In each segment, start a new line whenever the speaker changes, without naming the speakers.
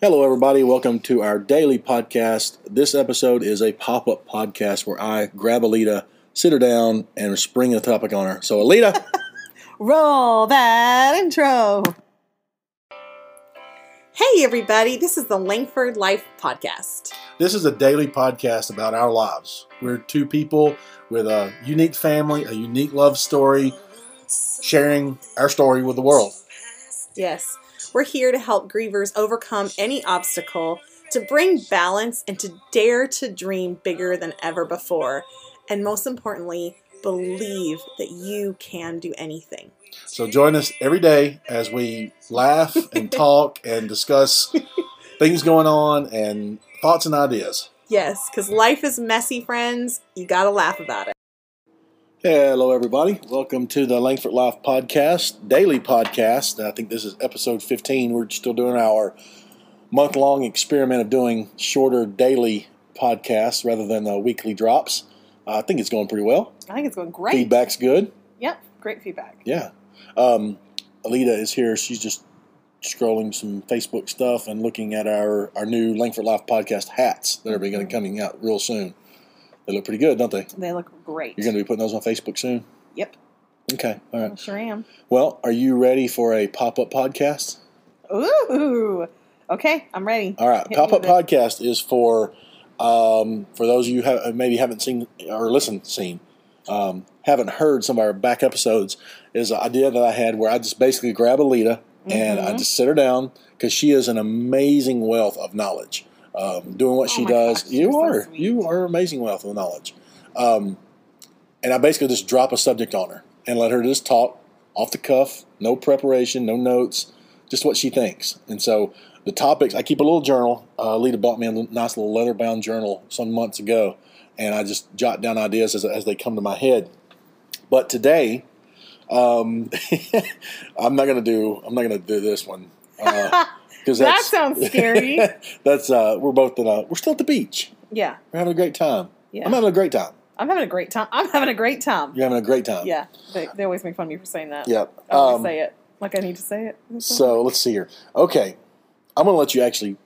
Hello, everybody. Welcome to our daily podcast. This episode is a pop up podcast where I grab Alita, sit her down, and spring a topic on her. So, Alita,
Roll that intro. Hey, everybody. This is the Langford Life Podcast.
this is a daily podcast about our lives. We're two people with a unique family, a unique love story, sharing our story with the world.
Yes, we're here to help grievers overcome any obstacle, to bring balance, and to dare to dream bigger than ever before. And most importantly, believe that you can do anything.
So, join us every day as we laugh and talk and discuss things going on and thoughts and ideas.
Yes, because life is messy, friends. You got to laugh about it.
Hello, everybody. Welcome to the Langford Life Podcast, daily podcast. I think this is episode 15. We're still doing our month long experiment of doing shorter daily podcasts rather than the weekly drops. I think it's going pretty well.
I think it's going great.
Feedback's good.
Yep, great feedback.
Yeah. Um, Alita is here. She's just scrolling some Facebook stuff and looking at our, our new Langford Life Podcast hats that are going to be coming out real soon. They look pretty good, don't they?
They look great.
You're going to be putting those on Facebook soon?
Yep.
Okay. All right.
sure am.
Well, are you ready for a pop up podcast?
Ooh. Okay, I'm ready.
All right,
Hit me
pop up
with it.
podcast is for um, for those of you who have, maybe haven't seen or listened seen um, haven't heard some of our back episodes is an idea that I had where I just basically grab Alita and I
Mhm.
just sit her down because she is an amazing wealth of knowledge. Um, doing what
Oh
she
my
does,
gosh, you're
you
so
are
sweet.
you are amazing wealth of knowledge. Um, and I basically just drop a subject on her and let her just talk off the cuff, no preparation, no notes, just what she thinks. And so the topics, I keep a little journal. Uh, Lita bought me a l- nice little leather bound journal some months ago, and I just jot down ideas as, as they come to my head. But today, um, I'm not gonna do I'm not gonna do this one uh, because
that sounds scary.
that's uh, we're both in a we're still at the beach.
yeah,
We're having a great time.
yeah.
I'm having a great time.
I'm having a great time. I'm having a great time.
You're having a great time.
Yeah, they, they always make fun of me for saying that.
Yep.
I always
Um,
say it like I need to say it.
So let's see here. Okay, I'm going to let you actually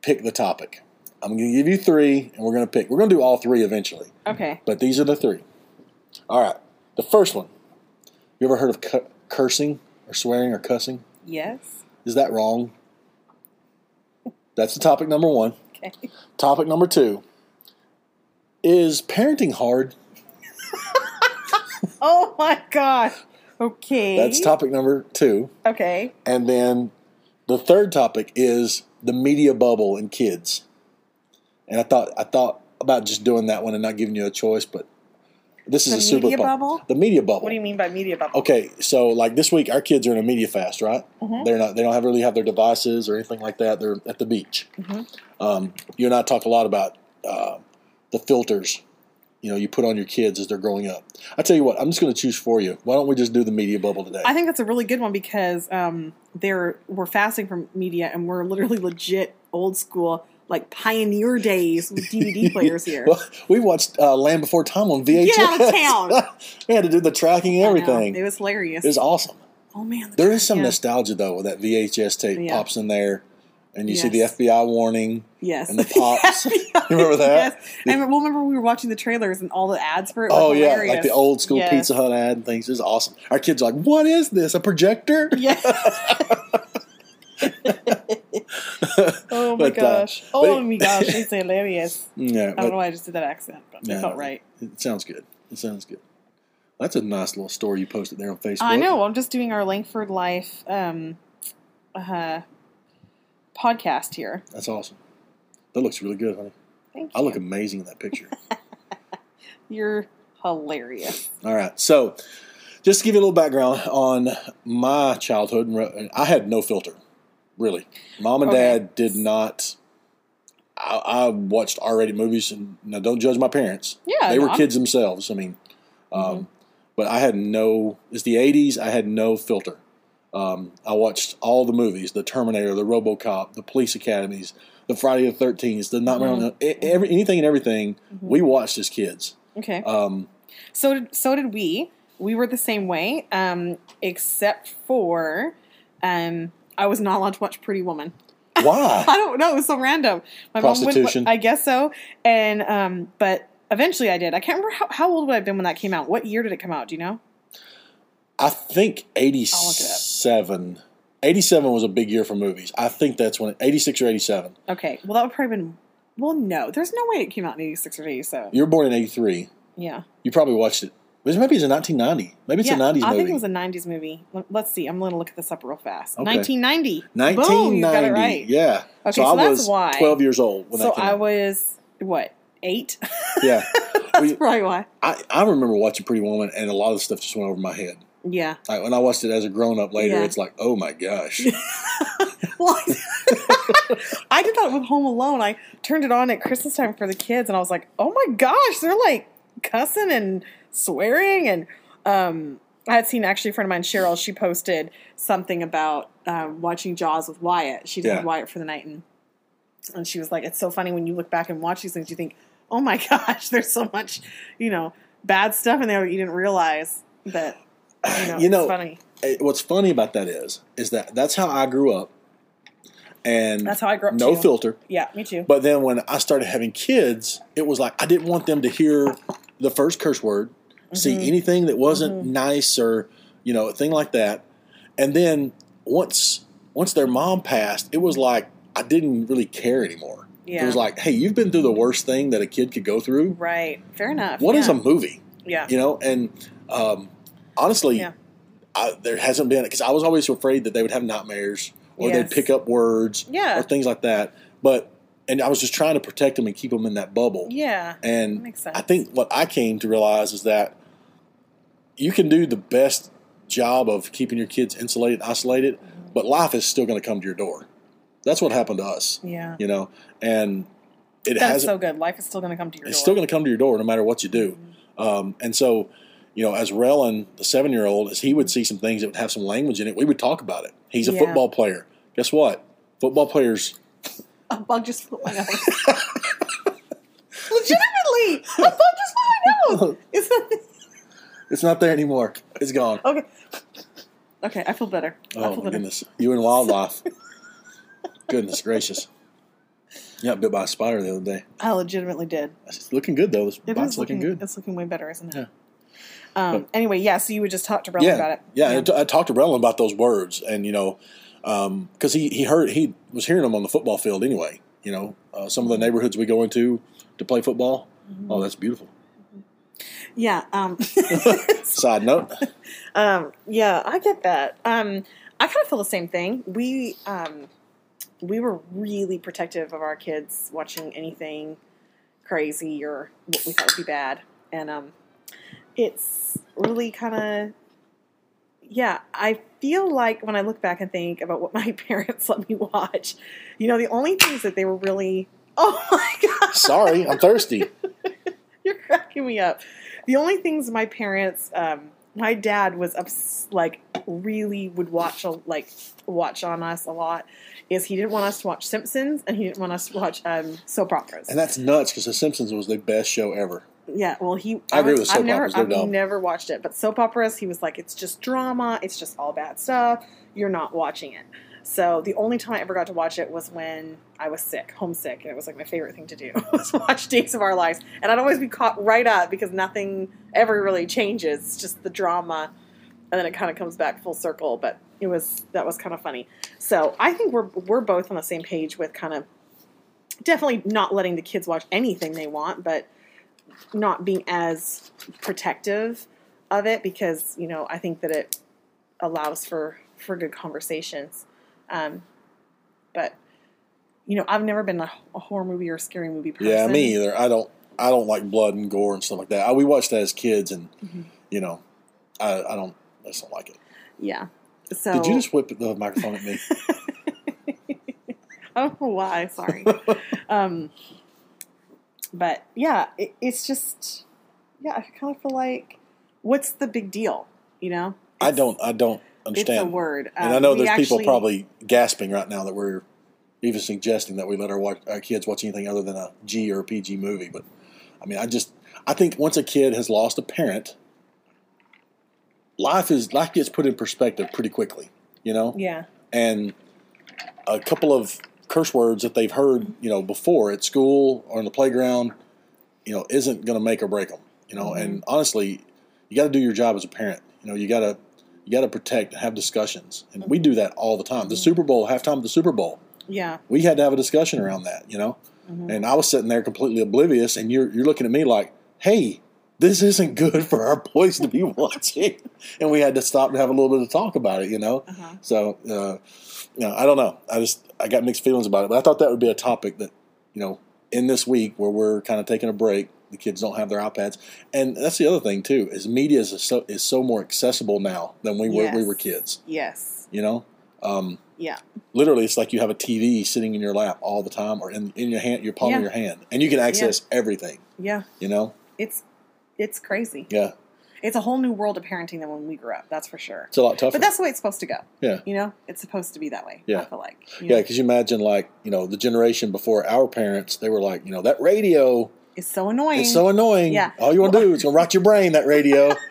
pick the topic. I'm going to give you three, and we're going to pick. We're going to do all three eventually,
okay.
but these are the three. All right. The first one. You ever heard of cu- cursing or swearing or cussing?
Yes.
Is that wrong? That's the topic number one.
Okay.
Topic number two. Is parenting hard?
Oh my gosh. Okay.
That's topic number two.
Okay.
And then the third topic is the media bubble and kids. And I thought I thought about just doing that one and not giving you a choice, but this is
The
a super
media
fun-
bubble?
The media bubble.
What do you mean by media bubble?
Okay, so like this week, our kids are in a media fast, right?
Mhm.
They're not. They don't have really have their devices or anything like that. They're at the beach.
Mhm.
Um, you and I talk a lot about uh, the filters. You know, you put on your kids as they're growing up. I tell you what, I'm just going to choose for you. Why don't we just do the media bubble today?
I think that's a really good one because um, there we're fasting from media and we're literally legit old school like pioneer days with DVD players here.
Well, we watched uh, Land Before Time on VHS.
Get out of town.
we had to do the tracking and
I know.
everything.
It was hilarious.
It was awesome.
oh man, the
There is some
yeah.
nostalgia though when that VHS tape
Yeah.
pops in there, and you see the
Yes.
FBI warning
Yes.
and the pops.
you
remember that?
Yes. I remember, well, remember we were watching the trailers and all the ads for it. Were
oh yeah,
hilarious.
like the old school
Yes.
Pizza Hut ad and things. It was awesome. Our kids are like, "What is this? A projector?"
Yeah. oh my
But, uh,
gosh.
but
oh
it-
my gosh, it's hilarious.
Yeah,
I don't
but
know why I just did that accent, but
No,
it
no,
felt right.
it sounds good. It sounds good. That's a nice little story you posted there on Facebook.
I know. I'm just doing our Langford Life um, uh, podcast here.
That's awesome. That looks really good, honey.
Thank you.
I look amazing in that picture.
You're hilarious.
All right. So, just to give you a little background on my childhood, and re- I had no filter, really. Mom and
Okay.
dad did not. I, I watched R-rated movies, and now don't judge my parents.
Yeah.
they
no, Mm-hmm.
were
I'm-
kids themselves. I mean, um, but I had no. It's the '80s. I had no filter. Um, I watched all the movies: The Terminator, The RoboCop, The Police Academies, The Friday the Thirteenth, The Nightmare
Mm-hmm.
on e- every, anything and everything.
Mhm.
We watched as kids.
Okay.
Um,
So did, so did we. We were the same way, um, except for um, I was not allowed to watch Pretty Woman.
Why?
I don't know. It was so random. My Mom
Prostitution.
wouldn't, let- I guess so. And um, but eventually I did. I can't remember how, how old would I have been when that came out. What year did it come out? Do you know?
I think
I'll look it up.
87. 87 was a big year for movies. I think that's when 86 or 87.
Okay. Well, that would probably been. Well, no, there's no way it came out in '86 or '87.
You were born in 83.
Yeah,
You probably watched it. But Maybe it's a 1990. Maybe it's
yeah.
a 90s
I
movie.
think it was a '90s movie. Let- Let's see. I'm going to look this up real fast.
Okay.
1990. Boom,
1990.
you got it right.
Yeah.
Okay,
so,
so
I
that's
was
why.
12 years old when
So
that came
I
out.
was what eight?
Yeah. Well, you-
probably why.
I, I remember watching Pretty Woman, and a lot of the stuff just went over my head.
Yeah.
Like when I watched it as a grown up later,
Yeah.
it's like, oh my gosh.
Well, I did that with Home Alone. I turned it on at Christmas time for the kids, and I was like, "Oh my gosh, they're like cussing and swearing." And um, I had seen actually a friend of mine, Cheryl. She posted something about um, watching Jaws with Wyatt. She did
Yeah.
with Wyatt for the night, and and she was like, "It's so funny when you look back and watch these things, you think, oh my gosh, there's so much, you know, bad stuff in there that you didn't realize that." You know,
You know,
it's funny.
Eh, What's funny about that is, is that that's how I grew up, and
That's how I grew up.
no
too.
filter.
Yeah, me too.
But then when I started having kids, it was like I didn't want them to hear the first curse word,
Mm-hmm.
see anything that wasn't nice or you know a thing like that. And then once once their mom passed, it was like I didn't really care anymore.
yeah.
It was like, hey, you've been through the worst thing that a kid could go through.
Right. Fair enough.
What
yeah.
is a movie?
yeah?
You know, and um, honestly,
Yeah.
I, there hasn't been because I was always afraid that they would have nightmares or
Yes.
they'd pick up words
Yeah.
or things like that. But and I was just trying to protect them and keep them in that bubble.
Yeah. Oh That
And
makes sense.
I think what I came to realize is that you can do the best job of keeping your kids insulated, isolated, but life is still going to come to your door. That's what happened to us,
Yeah.
you know, and it
That's
hasn't.
so good. Life is still going to come to your
it's
door.
still going to come to your door no matter what you do. Um, and so, you know, as Rellin, the seven year old, as he would see some things that would have some language in it, we would talk about it. He's a
Yeah.
football player. Guess what? Football players,
a bug just flew my nose. Legitimately, a bug just flew my nose. It's
it's not there anymore. It's gone.
okay. Okay, I feel better. I
Oh,
feel
my
better.
goodness. You and wildlife. goodness gracious. Yeah, bit by a spider the other day.
I legitimately did.
It's looking good, though. This
It
bot's
is
looking, good.
It's looking way better, isn't
Yeah.
it? Um. Anyway, yeah. So you would just talk to Brella
yeah,
about it.
yeah. and I t- I talked to Rellin about those words, and you know, because he he heard he was hearing them on the football field anyway. You know, uh, some of the neighborhoods we go into to play football. Oh, that's beautiful.
Mm-hmm. Yeah. Um.
Side note,
Um, yeah, I get that. Um, I kind of feel the same thing. We um, we were really protective of our kids watching anything crazy or what we thought would be bad, and um, it's really kind of yeah. I feel like when I look back and think about what my parents let me watch, you know, the only things that they were really oh my gosh.
sorry, I'm thirsty.
You're cracking me up. The only things my parents, um, my dad was obs- like really would watch a, like watch on us a lot. Is he didn't want us to watch Simpsons and he didn't want us to watch um, soap operas.
And that's nuts because The Simpsons was the best show ever.
yeah, well, he.
I agree with
I've
soap
never,
operas, they're
I've
dumb.
never watched it, but soap operas, he was like, it's just drama, it's just all bad stuff. You're not watching it. So the only time I ever got to watch it was when I was sick, homesick, and it was like my favorite thing to do was watch Days of Our Lives, and I'd always be caught right up because nothing ever really changes. It's just the drama, and then it kind of comes back full circle. But it was that was kind of funny. So I think we're we're both on the same page with kind of definitely not letting the kids watch anything they want, but not being as protective of it because you know I think that it allows for for good conversations. Um, but you know, I've never been a, a horror movie or scary movie person.
Yeah, me either. I don't I don't like blood and gore and stuff like that. I, we watched that as kids, and
Mhm.
you know, I, I don't I just don't like it.
Yeah. So
Did you just whip the microphone at me?
I don't know oh, why. Sorry. um, but yeah, it, it's just yeah. I kind of feel like, what's the big deal? You know,
I don't I don't
it's a
understand.
word.
And
Um,
I know
we
there's people
actually-
probably gasping right now that we're even suggesting that we let our, watch, our kids watch anything other than a G or a PG movie. But I mean, I just I think once a kid has lost a parent, life is life gets put in perspective pretty quickly. You know,
Yeah.
and a couple of curse words that they've heard, you know, before at school or in the playground, you know, isn't going to make or break them. You know, and honestly, you got to do your job as a parent. You know, you got to you got to protect, have discussions, and we do that all the time. The Super Bowl halftime of the Super Bowl,
Yeah.
we had to have a discussion around that. You know,
Mhm.
and I was sitting there completely oblivious, and you're you're looking at me like, hey. This isn't good for our boys to be watching, and we had to stop and have a little bit of talk about it, you know.
Uh-huh.
So, uh, you know, I don't know. I just I got mixed feelings about it, but I thought that would be a topic that you know in this week where we're kind of taking a break, the kids don't have their iPads, and that's the other thing too is media is so is so more accessible now than we were we
Yes.
were kids.
Yes.
You know, um,
Yeah.
literally it's like you have a TV sitting in your lap all the time or in in your hand, your palm
Yeah.
of your hand, and you can access everything.
Yeah.
You know,
It's it's crazy.
yeah,
It's a whole new world of parenting than when we grew up. That's for sure.
it's a lot tougher.
But that's the way it's supposed to go.
Yeah.
You know, it's supposed to be that way. I
Yeah.
feel like. You
yeah,
know,
because you imagine like you know the generation before our parents, they were like you know that radio.
it's so annoying.
It's so annoying.
Yeah.
All you want to do is gonna rot your brain. That radio.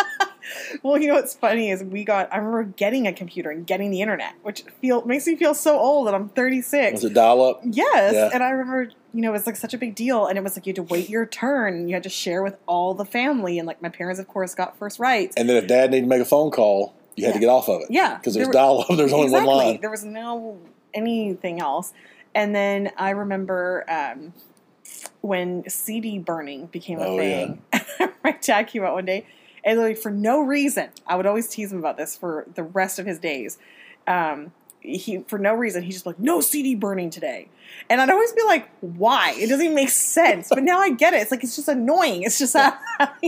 Well, you know what's funny is we got. I remember getting a computer and getting the internet, which feel makes me feel so old that I'm 36.
Was it dial up?
Yes,
Yeah.
and I remember, you know, it was like such a big deal, and it was like you had to wait your turn, and you had to share with all the family, and like my parents, of course, got first rights.
And then if Dad needed to make a phone call, you had to
Yeah.
get off of it
yeah,
because
there
there's
were-
dial up. There's only
exactly.
one line.
There was no anything else, and then I remember um, when CD burning became a
Oh,
thing. my dad came out one day, and like for no reason, I would always tease him about this for the rest of his days. Um, he for no reason he's just like no CD burning today, and I'd always be like, why? It doesn't even make sense. But now I get it. It's like it's just annoying. It's just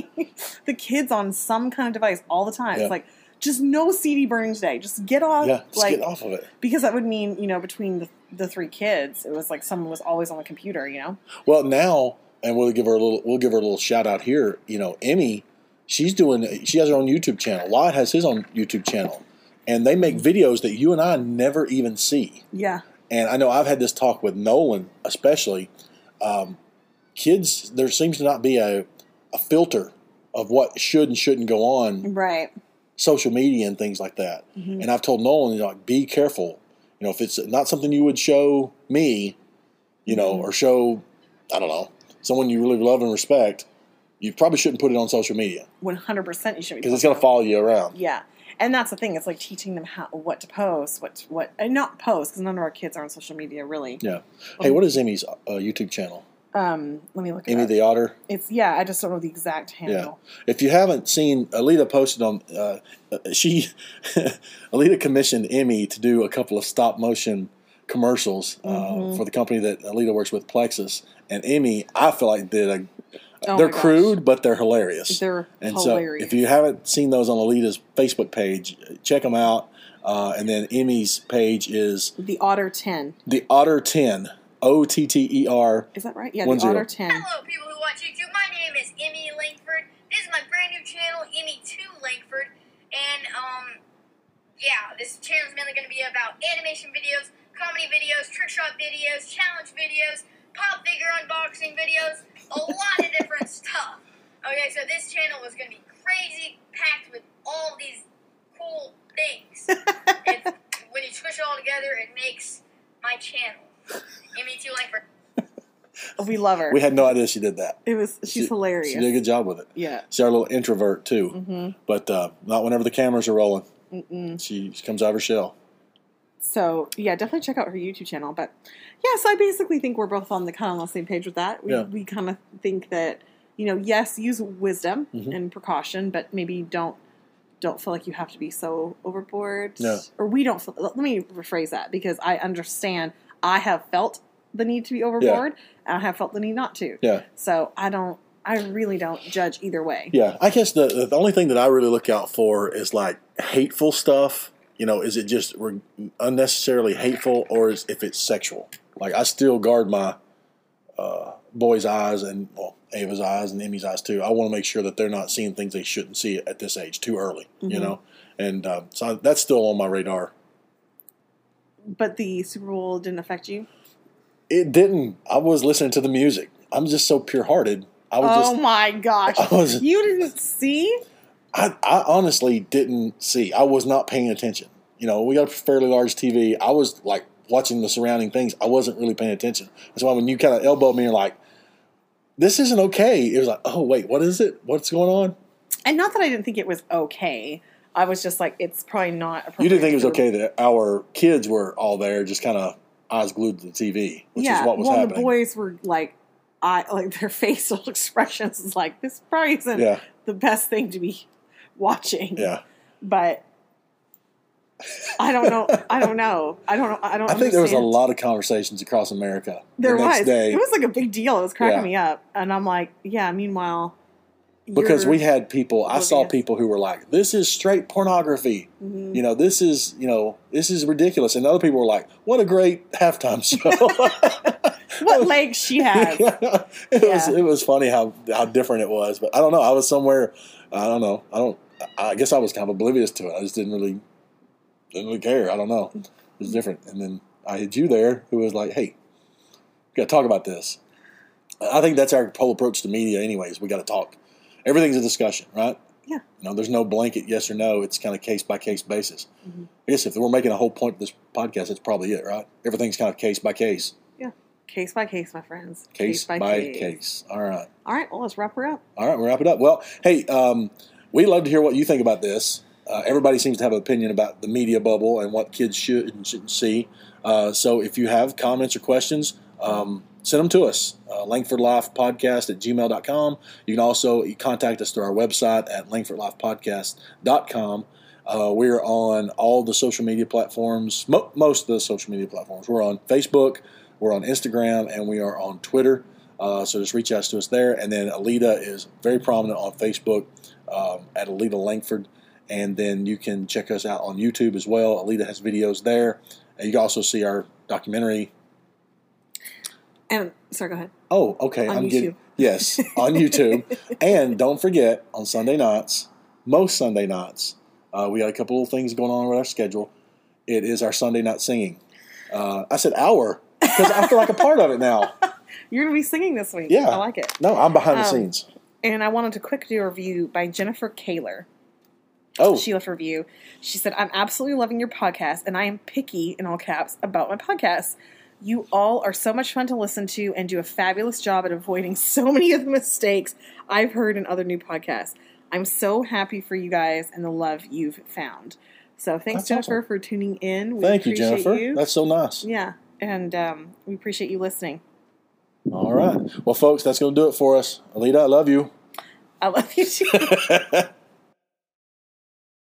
the kids on some kind of device all the time.
Yeah.
It's like just no CD burning today. Just get off.
Yeah, just
like
get off of it.
because that would mean you know between the, the three kids, it was like someone was always on the computer. You know.
Well, now, and we'll give her a little. We'll give her a little shout out here. You know, Emmy, she's doing. She has her own YouTube channel. Lot has his own YouTube channel, and they
Mm.
make videos that you and I never even see.
Yeah.
And I know I've had this talk with Nolan, especially. Um, kids, there seems to not be a, a filter of what should and shouldn't go on
Right.
social media and things like that.
Mhm.
And I've told Nolan, you know, like, be careful. You know, if it's not something you would show me, you know,
Mhm.
or show, I don't know, someone you really love and respect, you probably shouldn't put it on social media
One hundred percent. You should be
because it's
posting
going to follow you around.
Yeah, and that's the thing. It's like teaching them how what to post, what what and not post because none of our kids are on social media really.
Yeah. Hey, what is Emmy's uh, YouTube channel?
Um, let me look. It
Emmy
up.
the Otter.
it's yeah. I just don't know the exact handle.
If you haven't seen, Alita posted on, uh, she, Alita commissioned Emmy to do a couple of stop motion commercials uh,
Mhm.
for the company that Alita works with, Plexus. And Emmy, I feel like did a
Oh
they're
my gosh.
crude, but they're hilarious.
They're
and
hilarious.
so, if you haven't seen those on Alita's Facebook page, check them out. Uh, and then Emmy's page is
the Otter Ten
the Otter Ten O T T E R.
is that right? Yeah,
One
the
zero.
Otter Ten.
Hello, people who watch YouTube. My name is Emmy Langford. This is my brand new channel, Emmy Two Langford, and um, yeah, this channel is mainly going to be about animation videos, comedy videos, trick shot videos, challenge videos, pop figure unboxing videos, a lot of different stuff. Okay, so this channel was going to be crazy, packed with all these cool things. and when you squish it all together, it makes my channel, Emmy Two Langford.
Oh, We love her.
We had no idea she did that.
it was she's
She-
hilarious.
She did a good job with it.
yeah.
She's our little introvert too,
Mm-hmm.
but uh, not whenever the cameras are rolling.
Mm-mm.
She, she comes out of her shell.
So yeah, definitely check out her YouTube channel. But yeah, so I basically think we're both on the kind of on the same page with that. We
Yeah.
we kind of think that you know, yes, use wisdom
Mhm.
and precaution, but maybe don't don't feel like you have to be so overboard.
No.
Or we don't. Feel, let me rephrase that because I understand. I have felt the need to be overboard, and I have felt the need not to.
Yeah.
So I don't. I really don't judge either way.
Yeah, I guess the the only thing that I really look out for is like hateful stuff. You know, is it just re- unnecessarily hateful, or is if it's sexual? Like I still guard my uh, boys' eyes and well, Ava's eyes and Emmy's eyes too. I want to make sure that they're not seeing things they shouldn't see at this age too early. You
Mhm.
know, and um, so that's still on my radar.
But the Super Bowl didn't affect you.
It didn't. I was listening to the music. I'm just so pure hearted. I was
Oh
just.
my gosh!
I was.
You didn't see.
I, I honestly didn't see. I was not paying attention. You know, we got a fairly large TV. I was like watching the surrounding things, I wasn't really paying attention. That's why when you kind of elbowed me, you're like, "This isn't okay." It was like, "Oh wait, what is it? What's going on?"
And not that I didn't think it was okay. I was just like, it's probably not appropriate.
You didn't think it was
to-
okay that our kids were all there, just kind of eyes glued to the TV, which
yeah.
is what was
well,
happening.
the boys were like, I like their facial expressions is like, this probably isn't
yeah,
the best thing to be watching.
yeah.
But I don't know. I don't know. I don't know. I don't.
I think there was a
understand.
lot of conversations across America.
There
the next
was.
day
It was like a big deal. It was cracking
Yeah.
me up, and I'm like, yeah. Meanwhile,
because
you're-
we had people. I saw
Oblivious.
people who were like, "This is straight pornography."
Mhm.
You know, this is you know, this is ridiculous. And other people were like, "What a great halftime show!"
what legs she has.
it was
Yeah.
it was funny how how different it was, but I don't know. I was somewhere. I don't know. I don't. I guess I was kind of oblivious to it. I just didn't really didn't really care. I don't know. It was different. And then I had you there, who was like, "Hey, we got to talk about this." I think that's our whole approach to media, anyways. We got to talk. Everything's a discussion, right?
Yeah.
You know, there's no blanket yes or no. It's kind of case by case basis.
Mhm.
I guess if we're making a whole point of this podcast, that's probably it, right? Everything's kind of case by case,
Case by case, my friends.
case, by, case. All right.
All right. Well, let's wrap her up.
All right, we'll wrap it up. Well, hey, um, we'd love to hear what you think about this. Uh, everybody seems to have an opinion about the media bubble and what kids should and shouldn't see. Uh, so if you have comments or questions, um, send them to us, uh, langfordlifepodcast at gmail.com. You can also contact us through our website at langfordlifepodcast.com. Uh, we're on all the social media platforms, mo- most of the social media platforms. We're on Facebook, we're on Instagram, and we are on Twitter. Uh, so just reach out to us there. And then Alita is very prominent on Facebook um, at Alita Langford. And then you can check us out on YouTube as well. Alita has videos there. And you can also see our documentary.
And sorry, go ahead.
Oh, okay.
On
I'm
YouTube.
getting yes on YouTube. and don't forget on Sunday nights, most Sunday nights, uh, we got a couple of things going on with our schedule. It is our Sunday night singing. Uh, I said hour because I feel like a part of it now.
You're gonna be singing this week.
Yeah.
I like it.
No, I'm behind the
Um,
scenes.
And I wanted to quick do a review by Jennifer Kaler.
Oh,
She left a review. She said, I'm absolutely loving your podcast, and I am picky, in all caps, about my podcast. You all are so much fun to listen to and do a fabulous job at avoiding so many of the mistakes I've heard in other new podcasts. I'm so happy for you guys and the love you've found. So thanks,
That's
Jennifer,
awesome.
for tuning in. We
thank you,
appreciate
Jennifer.
you.
That's so nice.
yeah, and um, we appreciate you listening.
All right. Well, folks, that's going to do it for us. Alita, I love you.
I love you too.